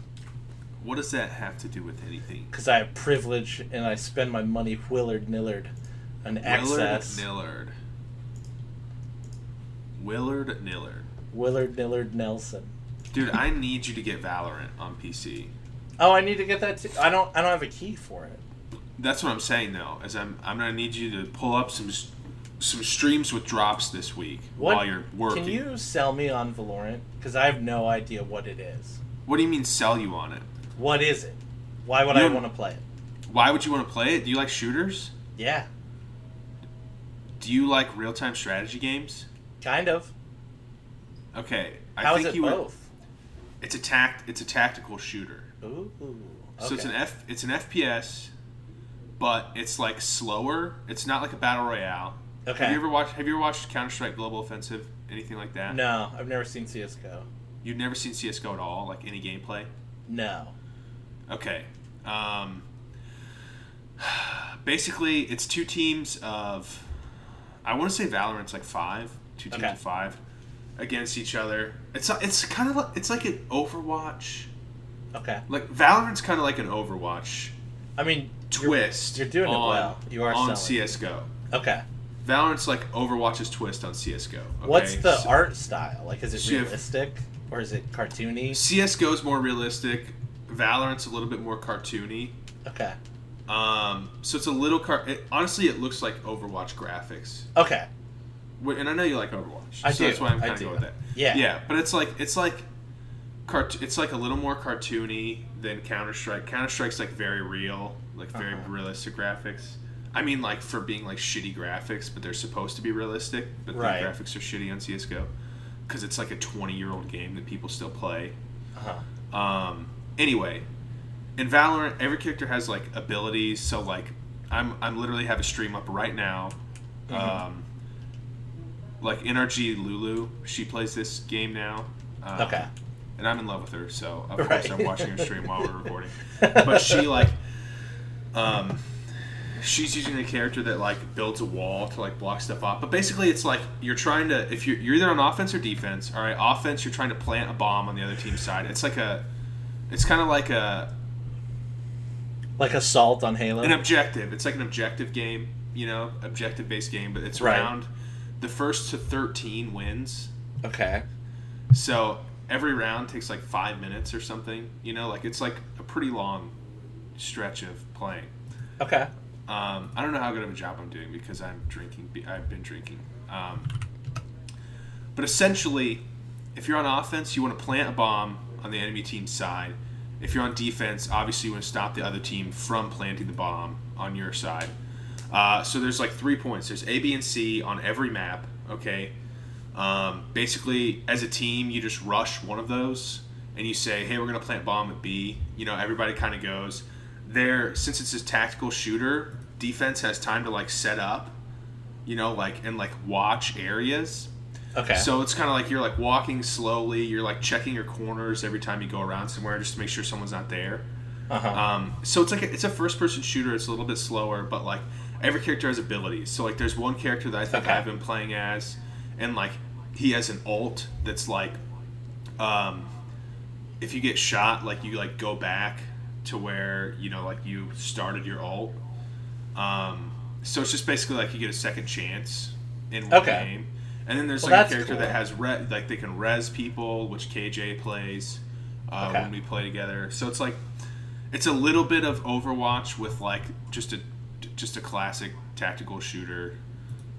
What does that have to do with anything?
because I have privilege and I spend my money Willard Nillard on access.
Willard Nillard. Willard Nillard.
Willard Nillard Nelson.
Dude, I need you to get Valorant on PC.
Oh, I need to get that too. I don't. I don't have a key for it.
That's what I'm saying though. Is I'm I'm gonna need you to pull up some s- some streams with drops this week
What
while you're working.
Can you sell me on Valorant? Because I have no idea what it is.
What do you mean sell you on it?
What is it? Why would
You
I
don't-
want to play it?
Why would you want to play it? Do you like shooters?
Yeah,
Do you like real time strategy games?
kind of.
Okay, I
How is
think
it
you would-
both?
It's a tact. It's a tactical shooter.
Ooh.
So it's
okay.
an F. It's an FPS, but it's like slower. It's not like a battle royale.
Okay.
Have you ever watched? Have you ever watched Counter Strike Global Offensive? Anything like that?
No, I've never seen CS:GO.
You've never seen CS:GO at all, like any gameplay.
No.
Okay. Um, basically, it's two teams of. I want to say Valorant's like five, two teams
Okay.
of five, against each other. It's it's kind of like, it's like an Overwatch.
Okay.
Like Valorant's kind of like an Overwatch
I mean,
twist.
you're doing it
on,
well. You are
on
selling
CS:GO.
okay.
Valorant's like Overwatch's twist on CS:GO. Okay?
What's the
so
art style? Like, is it
So you have-
realistic or is it cartoony?
CS:GO's more realistic. Valorant's a little bit more cartoony.
Okay.
Um, so it's a little car. It, honestly, it looks like Overwatch graphics,
Okay.
Wh- and I know you like Overwatch,
I
so
do,
that's why I'm
I
kind of
do.
going with that.
Yeah.
yeah, but it's like it's like cart. It's like a little more cartoony than Counter Strike. Counter Strike's like very real, like very
Uh-huh.
realistic graphics. I mean, like for being like shitty graphics, but they're supposed to be realistic. But
Right.
the graphics are shitty on CS:GO because it's like a 20 year old game that people still play.
Uh-huh.
Um, anyway, in Valorant, every character has like abilities. So like, I'm I'm literally have a stream up right now. Um, like NRG Lulu, she plays this game now. Um,
Okay.
And I'm in love with her, so of
Right.
course I'm watching her stream while we're recording. But she like, um, she's using a character that like builds a wall to like block stuff off. But basically, it's like you're trying to if you're you're either on offense or defense. All right, offense, you're trying to plant a bomb on the other team's side. It's like a, it's kind of like a
Like Assault on Halo.
an objective. It's like an objective game, you know, objective based game, but it's
Right.
round. The first to 13 wins.
Okay.
So every round takes like five minutes or something, you know, like it's like a pretty long stretch of playing.
Okay.
Um, I don't know how good of a job I'm doing because I'm drinking. be- I've been drinking. Um, but essentially, if you're on offense, you want to plant a bomb on the enemy team's side. If you're on defense, obviously you want to stop the other team from planting the bomb on your side. Uh, so there's like three points. There's A, B, and C on every map. Okay. Um, basically, as a team, you just rush one of those and you say, "Hey, we're gonna plant bomb at B." You know, everybody kind of goes there. Since it's a tactical shooter, defense has time to like set up. You know, like and like watch areas.
Okay.
So it's kind of like you're like walking slowly. You're like checking your corners every time you go around somewhere just to make sure someone's not there.
uh-huh.
Um, so it's like a, it's a first person shooter. It's a little bit slower, but like every character has abilities. So like there's one character that I think
Okay.
I've been playing as, and like he has an alt that's like, um, if you get shot, like you like go back to where you know like you started your alt. Um, so it's just basically like you get a second chance in one
Okay.
game. And then there's
Well,
like a
that's
character
cool.
that has re- like they can res people, which KJ plays uh,
Okay.
when we play together. So it's like it's a little bit of Overwatch with like just a just a classic tactical shooter,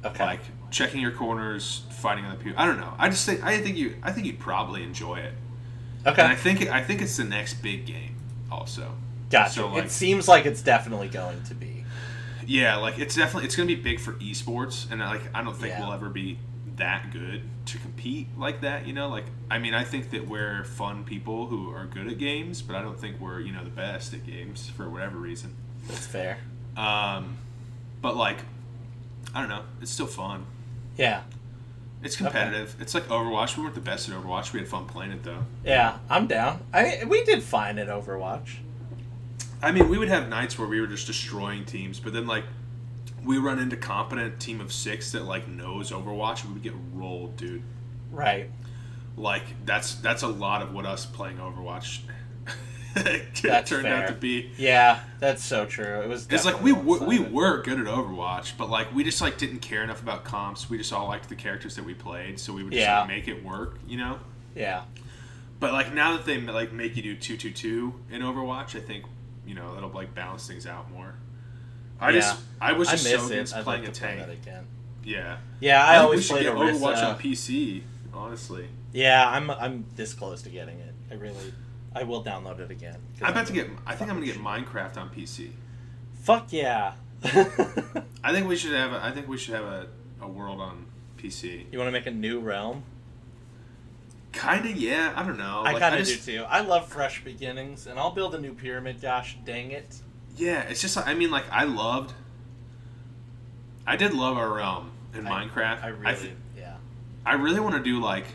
Okay.
like checking your corners, fighting other people. I don't know. I just think I think you I think you'd probably enjoy it.
okay.
And I think I think it's the next big game also.
gotcha.
so, like-
it seems like it's definitely going to be.
Yeah, like it's definitely it's gonna be big for esports, and uh, like I don't think
Yeah.
we'll ever be that good to compete like that. You know, like I mean, I think that we're fun people who are good at games, but I don't think we're you know the best at games for whatever reason.
That's fair.
Um, but like, I don't know, it's still fun.
Yeah.
It's competitive. It's like Overwatch. We weren't the best at Overwatch. We had fun playing it though.
Yeah, I'm down. I we did fine at Overwatch.
I mean, we would have nights where we were just destroying teams, but then like we run into competent team of six that like knows Overwatch, we would get rolled, dude.
Right.
Like that's that's a lot of what us playing Overwatch
That's
turned out
fair.
to be.
Yeah, that's so true. It was.
It's like we
definitely
were, we
one-sided.
were good at Overwatch, but like we just like didn't care enough about comps. We just all liked the characters that we played, so we would just
Yeah.
like, make it work, you know.
Yeah.
But like now that they like make you do two two two in Overwatch, I think you know that'll like balance things out more. I
Yeah.
just I was
I
just
miss
so
it.
against
I'd
playing
like
a
to play
tank.
that again.
yeah,
Yeah, I,
think we
always
should
played
get Overwatch
Orisa.
on PC. Honestly,
Yeah, I'm I'm this close to getting it. I really, I will download it again. 'cause
I'm about
I'm-
to get. I think I'm gonna get Minecraft on PC.
Fuck yeah! you
I think we should have. A, I think we should have a, a world on PC.
want to make a new realm?
Kinda, yeah. I don't know.
I
Oh, Like,
kind of
just-
do too. I love fresh beginnings, and I'll build a new pyramid. Gosh dang it!
Yeah, it's just. I mean, like I loved. I did love our realm in
I-
Minecraft.
I really,
th-
yeah,
I really want to do like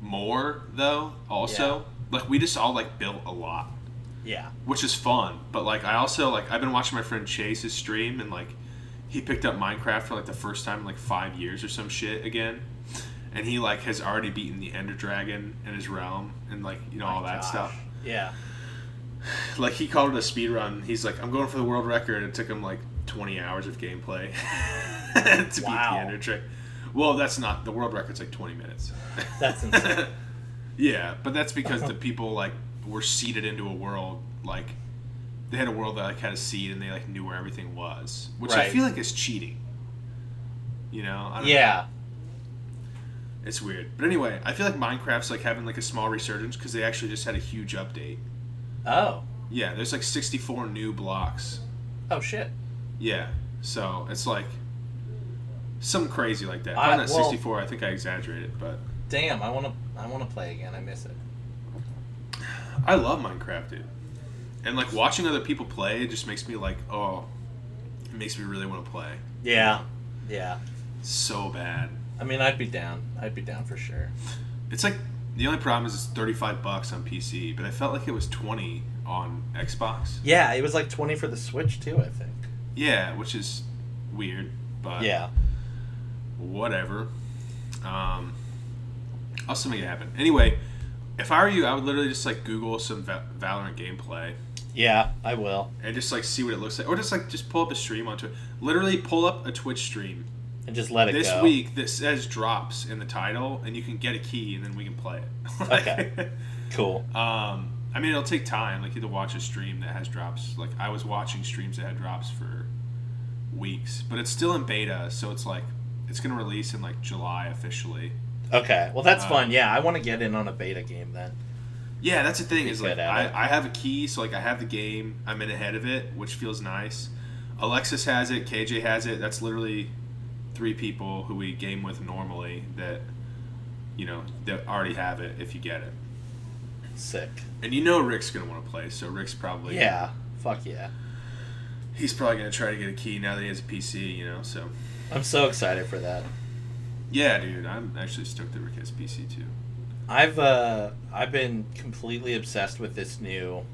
more though. Also, like we just all like built a lot,
yeah,
which is fun. But like I also like I've been watching my friend Chase's stream and like he picked up Minecraft for like the first time in like five years or some shit again, and he like has already beaten the Ender Dragon in his realm and like you know all
My
that
gosh.
stuff.
Yeah,
Like he called it a speed run. He's like I'm going for the world record. It took him like 20 hours of gameplay to beat
Wow.
the Ender Dragon. Well, that's not the world record's like 20 minutes.
that's insane.
Yeah, but that's because the people like were seeded into a world like they had a world that like had a seed and they like knew where everything was, which I
Right.
feel like is cheating. You know? I don't
yeah,
know. it's weird. But anyway, I feel like Minecraft's like having like a small resurgence because they actually just had a huge update.
oh,
Yeah, there's like 64 new blocks.
oh shit.
Yeah, so it's like some crazy like that.
I-
Probably not
well-
64. I think I exaggerated, but
Damn, I want to I want to play again. I miss it.
I love Minecraft, dude. And like watching other people play it just makes me like, oh, it makes me really want to play
Yeah. Yeah.
so bad.
I mean, I'd be down. I'd be down for sure.
It's like the only problem is it's 35 bucks on PC, but I felt like it was 20 on Xbox.
Yeah, it was like 20 for the Switch too, I think.
Yeah, which is weird, but
yeah.
whatever. Um, I'll still make it happen. Anyway, if I were you, I would literally just like Google some Va- Valorant gameplay
Yeah, I will.
and just like see what it looks like, or just like just pull up a stream onto it. Literally pull up a Twitch stream
And just let it
this
go.
week that says drops in the title and you can get a key and then we can play it
Okay. Cool.
um i mean it'll take time like you have to watch a stream that has drops like i was watching streams that had drops for weeks but it's still in beta so it's like it's gonna release in like july officially
Okay. Well, that's
Uh,
fun. Yeah, I want to get in on a beta game then.
yeah that's the thing
Be
is like
good at
I,
it.
I have a key so like i have the game i'm in ahead of it which feels nice alexis has it kj has it that's literally three people who we game with normally that you know that already have it if you get it
Sick.
And you know Rick's gonna want to play, so Rick's probably
Yeah. Fuck yeah.
He's probably gonna try to get a key now that he has a PC, you know. So
I'm so excited for that.
yeah, dude, I'm actually stoked that Rick has a PC too.
I've uh I've been completely obsessed with this new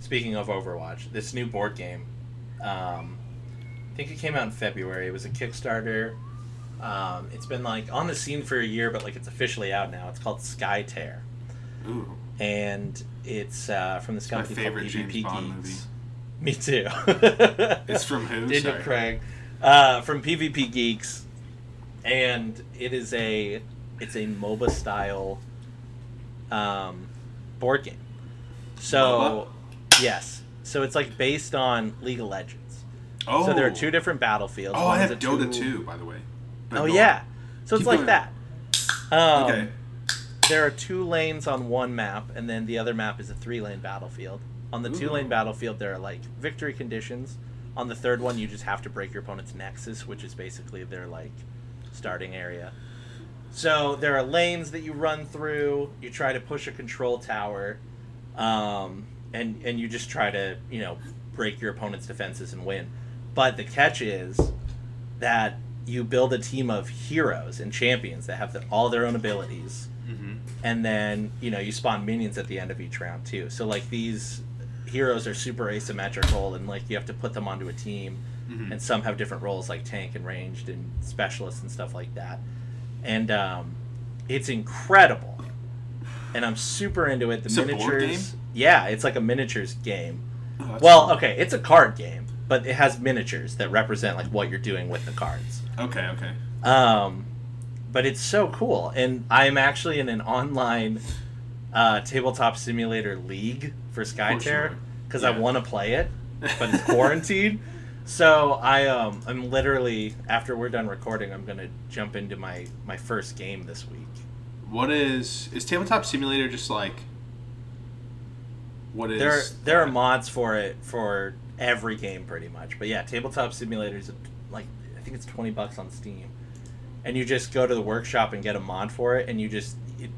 speaking of Overwatch, this new board game. Um I think it came out in February. It was a Kickstarter. Um, it's been like on the scene for a year, but like it's officially out now. It's called Sky Tear.
Ooh,
And it's uh, from this
my
company
favorite
called
James
EVP
Bond
Geeks. Me too.
it's from who?
Daniel
Sorry.
Craig. Uh, from PvP Geeks. and it is a it's a MOBA style um, board game. So yes, so it's like based on League of Legends.
Oh.
So there are two different battlefields.
Oh, I
One's
have
a
Dota
two-
2, by the way. But
Oh
go
yeah, so it's
Keep
like
going.
that. Um,
on. Okay.
there are two lanes on one map, and then the other map is a three lane battlefield. On the two lane
Ooh.
battlefield, there are like victory conditions. On the third one, you just have to break your opponent's nexus, which is basically their like starting area. So there are lanes that you run through. You try to push a control tower, um, and and you just try to you know break your opponent's defenses and win. But the catch is that you build a team of heroes and champions that have the, all their own abilities
hmm
and then you know you spawn minions at the end of each round too so like these heroes are super asymmetrical and like you have to put them onto a team
Mhm.
and some have different roles like tank and ranged and specialists and stuff like that and um, it's incredible and i'm super into it the
It's a board
miniatures
game?
yeah it's like a miniatures game
Oh, that's
well
cool.
okay it's a card game but it has miniatures that represent like what you're doing with the cards
Okay, okay.
um, but it's so cool, and I'm actually in an online uh, tabletop simulator league for
course you
SkyTear
are.
because I
Yeah.
want to play it, but it's quarantined. So I um I'm literally after we're done recording, I'm gonna jump into my my first game this week.
What is is tabletop simulator just like what is
There there are mods for it for every game pretty much, but yeah, tabletop simulators like I think it's twenty bucks on Steam, and you just go to the workshop and get a mod for it, and you just it,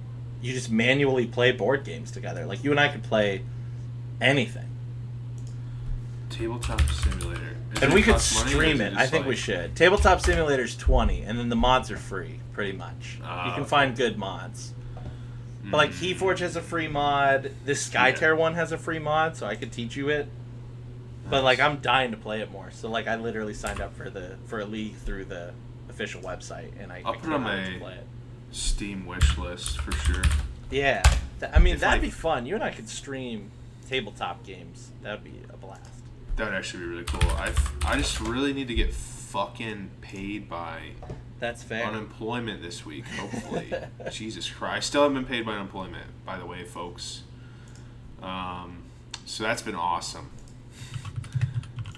you just manually play board games together. Like you and I could play anything,
tabletop simulator? Does
and
it
we could
cost money, or is
stream it. I
just
think we
like-
should. Tabletop simulator's twenty, and then the mods are free pretty much.
Ah,
you can
okay.
find good mods. But like
Mm.
Keyforge has a free mod. This SkyTear
Yeah.
one has a free mod, so I could teach you it. But like I'm dying to play it more. So like I literally signed up for the for a league through the official website and I
I'll
I
put it on
cannot wait
my-
to play it.
Steam wish list for sure.
Yeah. Th- I mean
If
that'd
I-
be fun. You and I could stream tabletop games. That'd be a blast.
That would actually be really cool. I I just really need to get fucking paid by
That's fair.
unemployment this week. Hopefully, Jesus Christ, still haven't been paid by unemployment. By the way, folks. Um, so that's been awesome.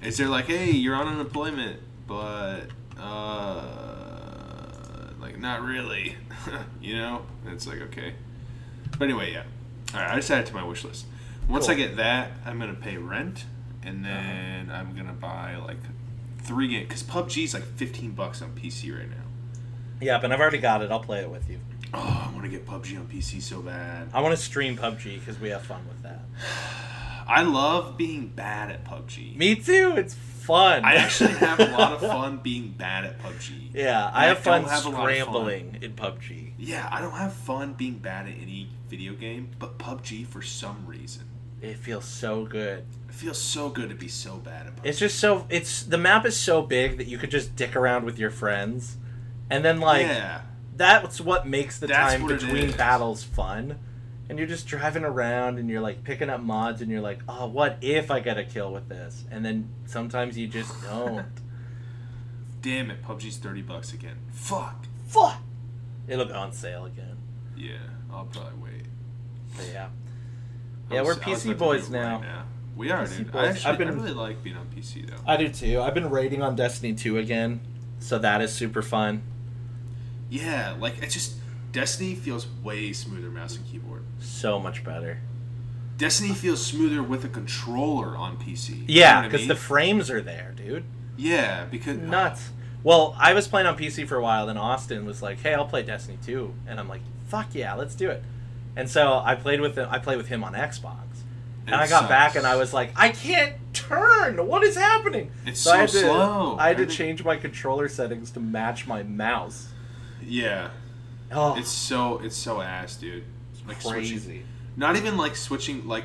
Is there like, hey, you're on unemployment, but uh, like not really, you know? And it's like okay, but anyway, yeah. All right, I just added it to my wish list. Once I
Cool. Uh-huh.
get that, I'm gonna pay rent, and then I'm gonna buy like three games because PUBG's like 15 bucks on PC right now.
yeah, but I've already got it. I'll play it with you.
Oh, I want to get PUBG on PC so bad.
I want to stream PUBG because we have fun with that.
I love being bad at PUBG.
Me too. It's fun.
I actually have a lot of fun being bad at PUBG.
Yeah,
I
I have fun
don't have a lot of fun.
scrambling in PUBG.
Yeah, I don't have fun being bad at any video game, but PUBG for some reason.
It feels so good.
It feels so good to be so bad at PUBG.
It's just so it's the map is so big that you could just dick around with your friends. And then like
yeah.
that's what makes the
That's
time
what it
between
is.
battles fun. And you're just driving around and you're like picking up mods and you're like, "Oh, what if I get a kill with this?" And then sometimes you just don't.
Damn it, PUBG's 30 bucks again. Fuck.
Fuck. It'll go on sale again.
Yeah, I'll probably wait.
But yeah.
I
Yeah,
was-
we're
I
PC
was about to do
boys
it
now.
Right We are,
PC
dude. I
boys.
actually,
I've been-
I really like being on PC though.
I do too. I've been raiding on Destiny 2 again. So that is super fun.
Yeah, like it's just Destiny feels way smoother mouse and keyboard.
So much better.
Destiny feels smoother with a controller on PC. You know
Yeah,
what I
because
mean?
the frames are there, dude.
yeah because
Nuts. Well, I was playing on PC for a while, and Austin was like, "Hey, I'll play Destiny 2. and I'm like, "Fuck yeah, let's do it." And so I played with him. I played with him on Xbox, and
It
I got back,
sucks.
and I was like, "I can't turn. What is happening?"
It's
I
so
had to,
slow.
I had to
Everything-
change my controller settings to match my mouse.
yeah,
Oh,
it's so it's so ass, dude. Like Switching,
crazy.
not even like switching. Like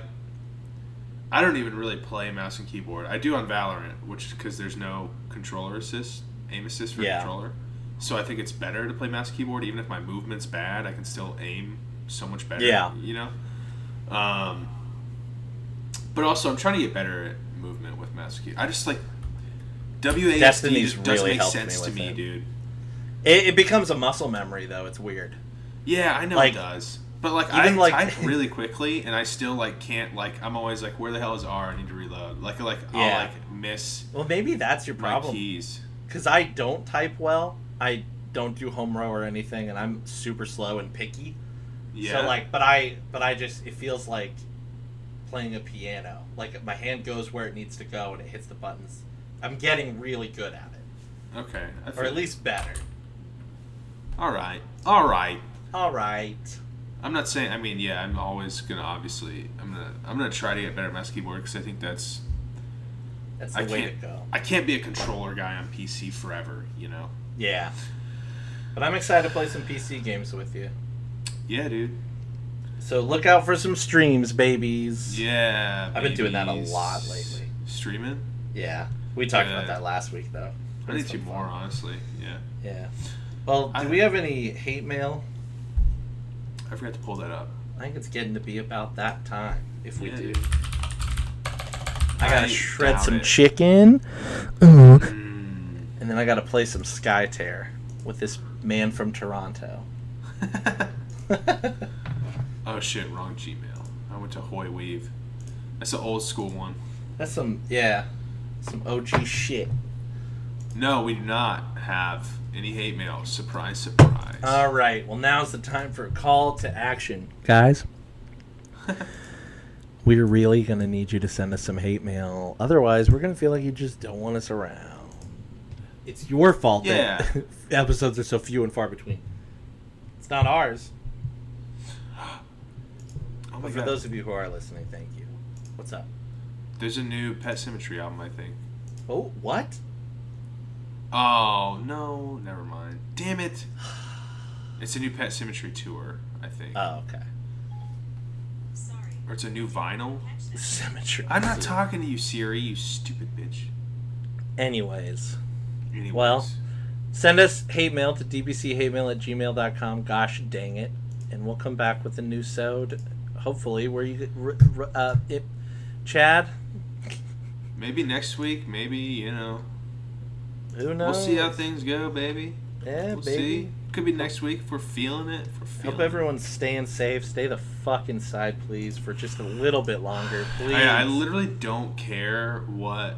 I don't even really play mouse and keyboard. I do on Valorant, which because there's no controller assist, aim assist for
Yeah.
controller. So I think it's better to play mouse and keyboard. Even if my movement's bad, I can still aim so much better.
Yeah.
you know. Um, but also, I'm trying to get better at movement with mouse and key. I just like WASD
Destiny's
just doesn't
really
make
helped me
sense to
with
me,
it.
dude.
It, it becomes a muscle memory though. It's weird.
Yeah, I know
Like,
it does. But like I
even, like-
type really quickly and I still like can't like I'm always like where the hell is R? I need to reload. Like like I'll
Yeah.
like miss
Well, maybe that's your
my
problem.
keys.
because I don't type well. I don't do home row or anything, and I'm super slow and picky.
Yeah.
So like, but I, but I just it feels like playing a piano. Like my hand goes where it needs to go, and it hits the buttons. I'm getting really good at it,
okay. I
or
feel-
at least better.
all right. All right.
All right.
I'm not saying. I mean, yeah, I'm always gonna obviously. I'm gonna. I'm gonna try to get better at mouse keyboard because I think that's.
That's the
I
way to
can't.
go.
I can't be a controller guy on PC forever. You know.
Yeah. But I'm excited to play some PC games with you.
Yeah, dude.
So look out for some streams, babies.
Yeah.
I've been doing that a
babies.
lot lately.
Streaming.
Yeah. We talked about
Yeah.
that last week though.
I need to do more, honestly. Yeah.
Yeah. Well, do
I-
we have any hate mail?
I forgot to pull that up.
I think it's getting to be about that time if we
Yeah,
do.
dude.
I gotta
I
shred
doubt
some
it.
chicken,
Mm.
and then I gotta play some Sky Tear with this man from Toronto.
oh shit! Wrong Gmail. I went to Hoy Weave. That's an old school one.
That's some yeah, some OG shit.
No, we do not have any hate mail. Surprise, surprise.
All right. Well, now's the time for a call to action, guys. We're really gonna need you to send us some hate mail. Otherwise, we're gonna feel like you just don't want us around. It's your fault
Yeah.
that episodes are so few and far between. It's not ours.
oh my
But for
god.
those of you who are listening, thank you. What's up?
There's a new Pet Symmetry album, I think.
Oh, what?
Oh no, never mind. Damn it! It's a new Pet Symmetry tour, I think,
Oh, okay.
Sorry.
or it's a new vinyl.
Symmetry.
I'm not talking to you, Siri. You stupid bitch.
Anyways,
Anyways.
Well. send us hate mail to dbchatemail at gmail.com. Gosh dang it. And we'll come back with a new sode, hopefully, where you. r- r- Uh, it, Chad,
maybe next week. Maybe you know.
who knows?
We'll see how things go, baby.
Yeah, baby.
we'll see. Could be next week if we're feeling it. If we're feeling
Hope everyone's staying safe. Stay the fuck inside, please, for just a little bit longer, please.
It. I, I literally don't care what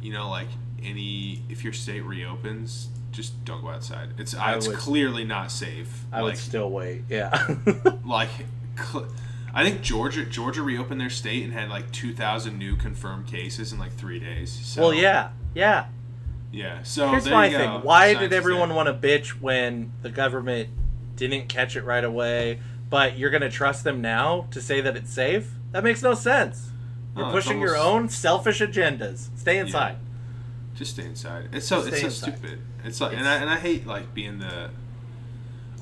you know, like any if your state reopens, just don't go outside. It's
I
it's
would-
clearly not safe.
I
like
would still wait. Yeah.
like cl- I think Georgia Georgia reopened their state and had like 2000 new confirmed cases in like 3 days. So
well, yeah, yeah.
Yeah. So
Here's
there
my
you
thing.
go.
Why
Science
did
is
everyone
there.
want to bitch when the government didn't catch it right away? But you're going to trust them now to say that it's safe? That makes no sense. You're
No, Oh, it's
pushing your
almost-
own selfish agendas. Stay inside.
Just stay inside. It's so
Just
it's so
stay inside.
stupid. It's like and I
It's-
and I hate like being the.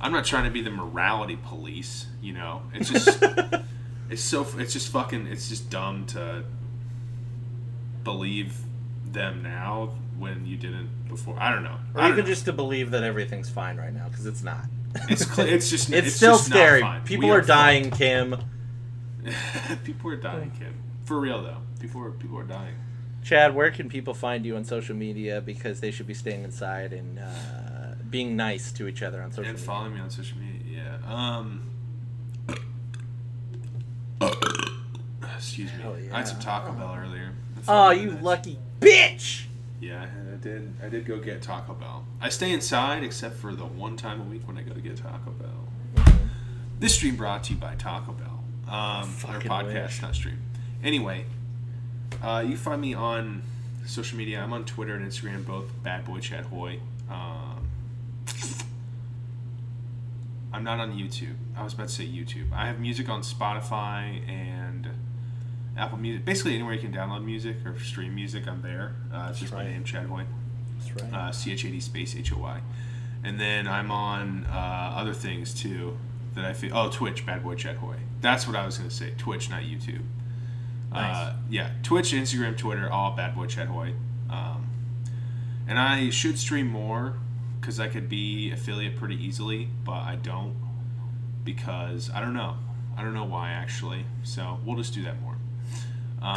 I'm not trying to be the morality police, you know. It's just it's so it's just fucking it's just dumb to believe them now when you didn't before. I don't know.
or
I don't
even
know.
just to believe that everything's fine right now because it's not.
it's cl- it's just
It's, still
just not
scary.
fine.
People
We
are,
fucked.
dying, Kim.
people are dying, kid. For real though, people are people are dying.
Chad, where can people find you on social media because they should be staying inside and uh, being nice to each other on social
and
media?
follow me on social media. Yeah. Um. excuse me.
Hell
I had some
yeah.
Taco Bell earlier. That's
Oh,
not
you
nice.
lucky bitch!
Yeah, I did. I did go get Taco Bell. I stay inside except for the one time a week when I go to get Taco Bell. This stream brought to you by Taco Bell. Um, our
Fucking
podcast,
wish.
not stream. Anyway, uh, you can find me on social media. I'm on Twitter and Instagram, both Bad Boy Chad Hoy. Um, I'm not on YouTube. I was about to say YouTube. I have music on Spotify and Apple Music. Basically, anywhere you can download music or stream music, I'm there. Uh, it's just my
right.
name, Chad Hoy
That's right.
uh, CHAD space HOI. And then I'm on uh, other things too that I feel. Oh, Twitch, Bad Boy Chet Hoy. That's what I was going to say. Twitch, not YouTube.
Nice.
Uh, yeah, Twitch, Instagram, Twitter, all Bad Boy Chet Hoy. Um, and I should stream more because I could be affiliate pretty easily, but I don't because I don't know. I don't know why actually. So we'll just do that more.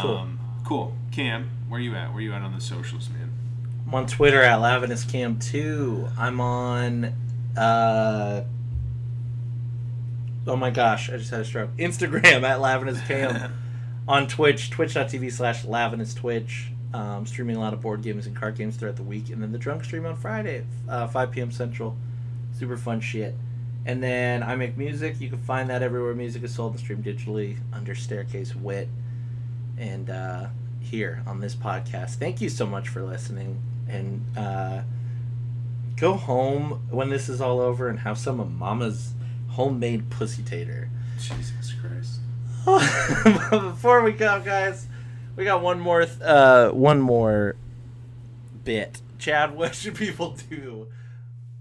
Cool.
Um, cool. Cam, where you at? Where you at on the socials, man?
I'm I'm on Twitter at LavinusCam2. I'm on. Uh, oh my gosh, I just had a stroke. Instagram at LavinusCam. on Twitch, twitch.tv slash LavinusTwitch. Um, streaming a lot of board games and card games throughout the week. And then the drunk stream on Friday at uh, 5 p.m. Central. Super fun shit. And then I Make Music. You can find that everywhere music is sold and streamed digitally under Staircase Wit. And uh, here on this podcast. Thank you so much for listening. And uh, go home when this is all over and have some of Mama's homemade pussy tater.
Jesus Christ.
Before we go, guys, we got one more, th- uh, one more bit. Chad, what should people do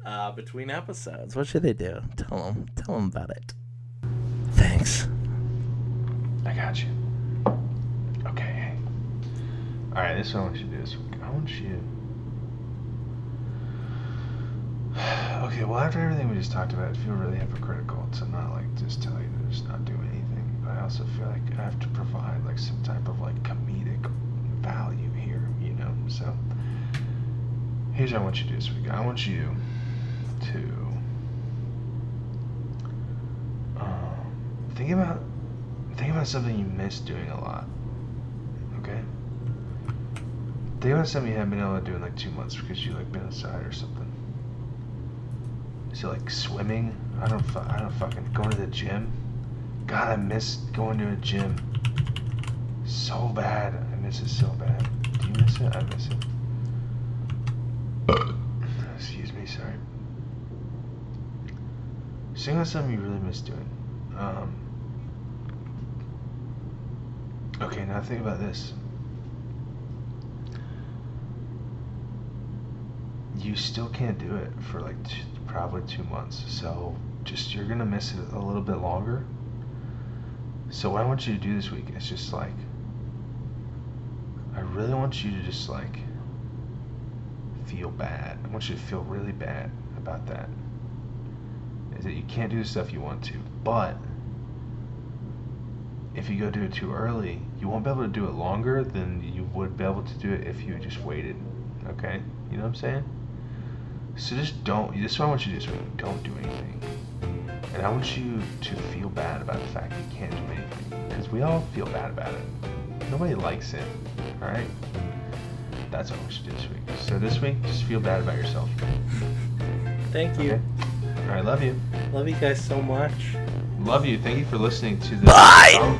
uh, between episodes? What should they do? Tell them, tell them about it. Thanks.
I got you. Okay, hey. Alright, this is what I want you to do. This I want you. Okay, well, after everything we just talked about, I feel really hypocritical to not, like, just tell you to just not do anything. But I also feel like I have to provide, like, some type of, like, comedic value here, you know? So, here's what I want you to do this week. I want you to. Um, think about. Think about something you miss doing a lot. Okay? Think about something you haven't been able to do in like two months because you like been outside or something. So like swimming. I don't. Fu- I don't fucking going to the gym. God, I miss going to a gym. So bad. I miss it so bad. Do you miss it? I miss it. Excuse me. Sorry. So think about something you really miss doing. Um, okay, now think about this. you still can't do it for like t- probably two months. So just you're gonna miss it a little bit longer. So what I want you to do this week is just like, I really want you to just like feel bad. I want you to feel really bad about that. Is that you can't do the stuff you want to, but if you go do it too early, you won't be able to do it longer than you would be able to do it if you just waited. Okay? You know what I'm saying? So just don't. This is what I want you to do. So don't do anything. And I want you to feel bad about the fact that you can't do anything. Because we all feel bad about it. Nobody likes it. Alright? That's what I want you to do this week. So this week, just feel bad about yourself.
Thank you.
Okay? Alright, love you.
Uh-huh. Love you guys so much.
Love you. Thank you for listening to the. Bye!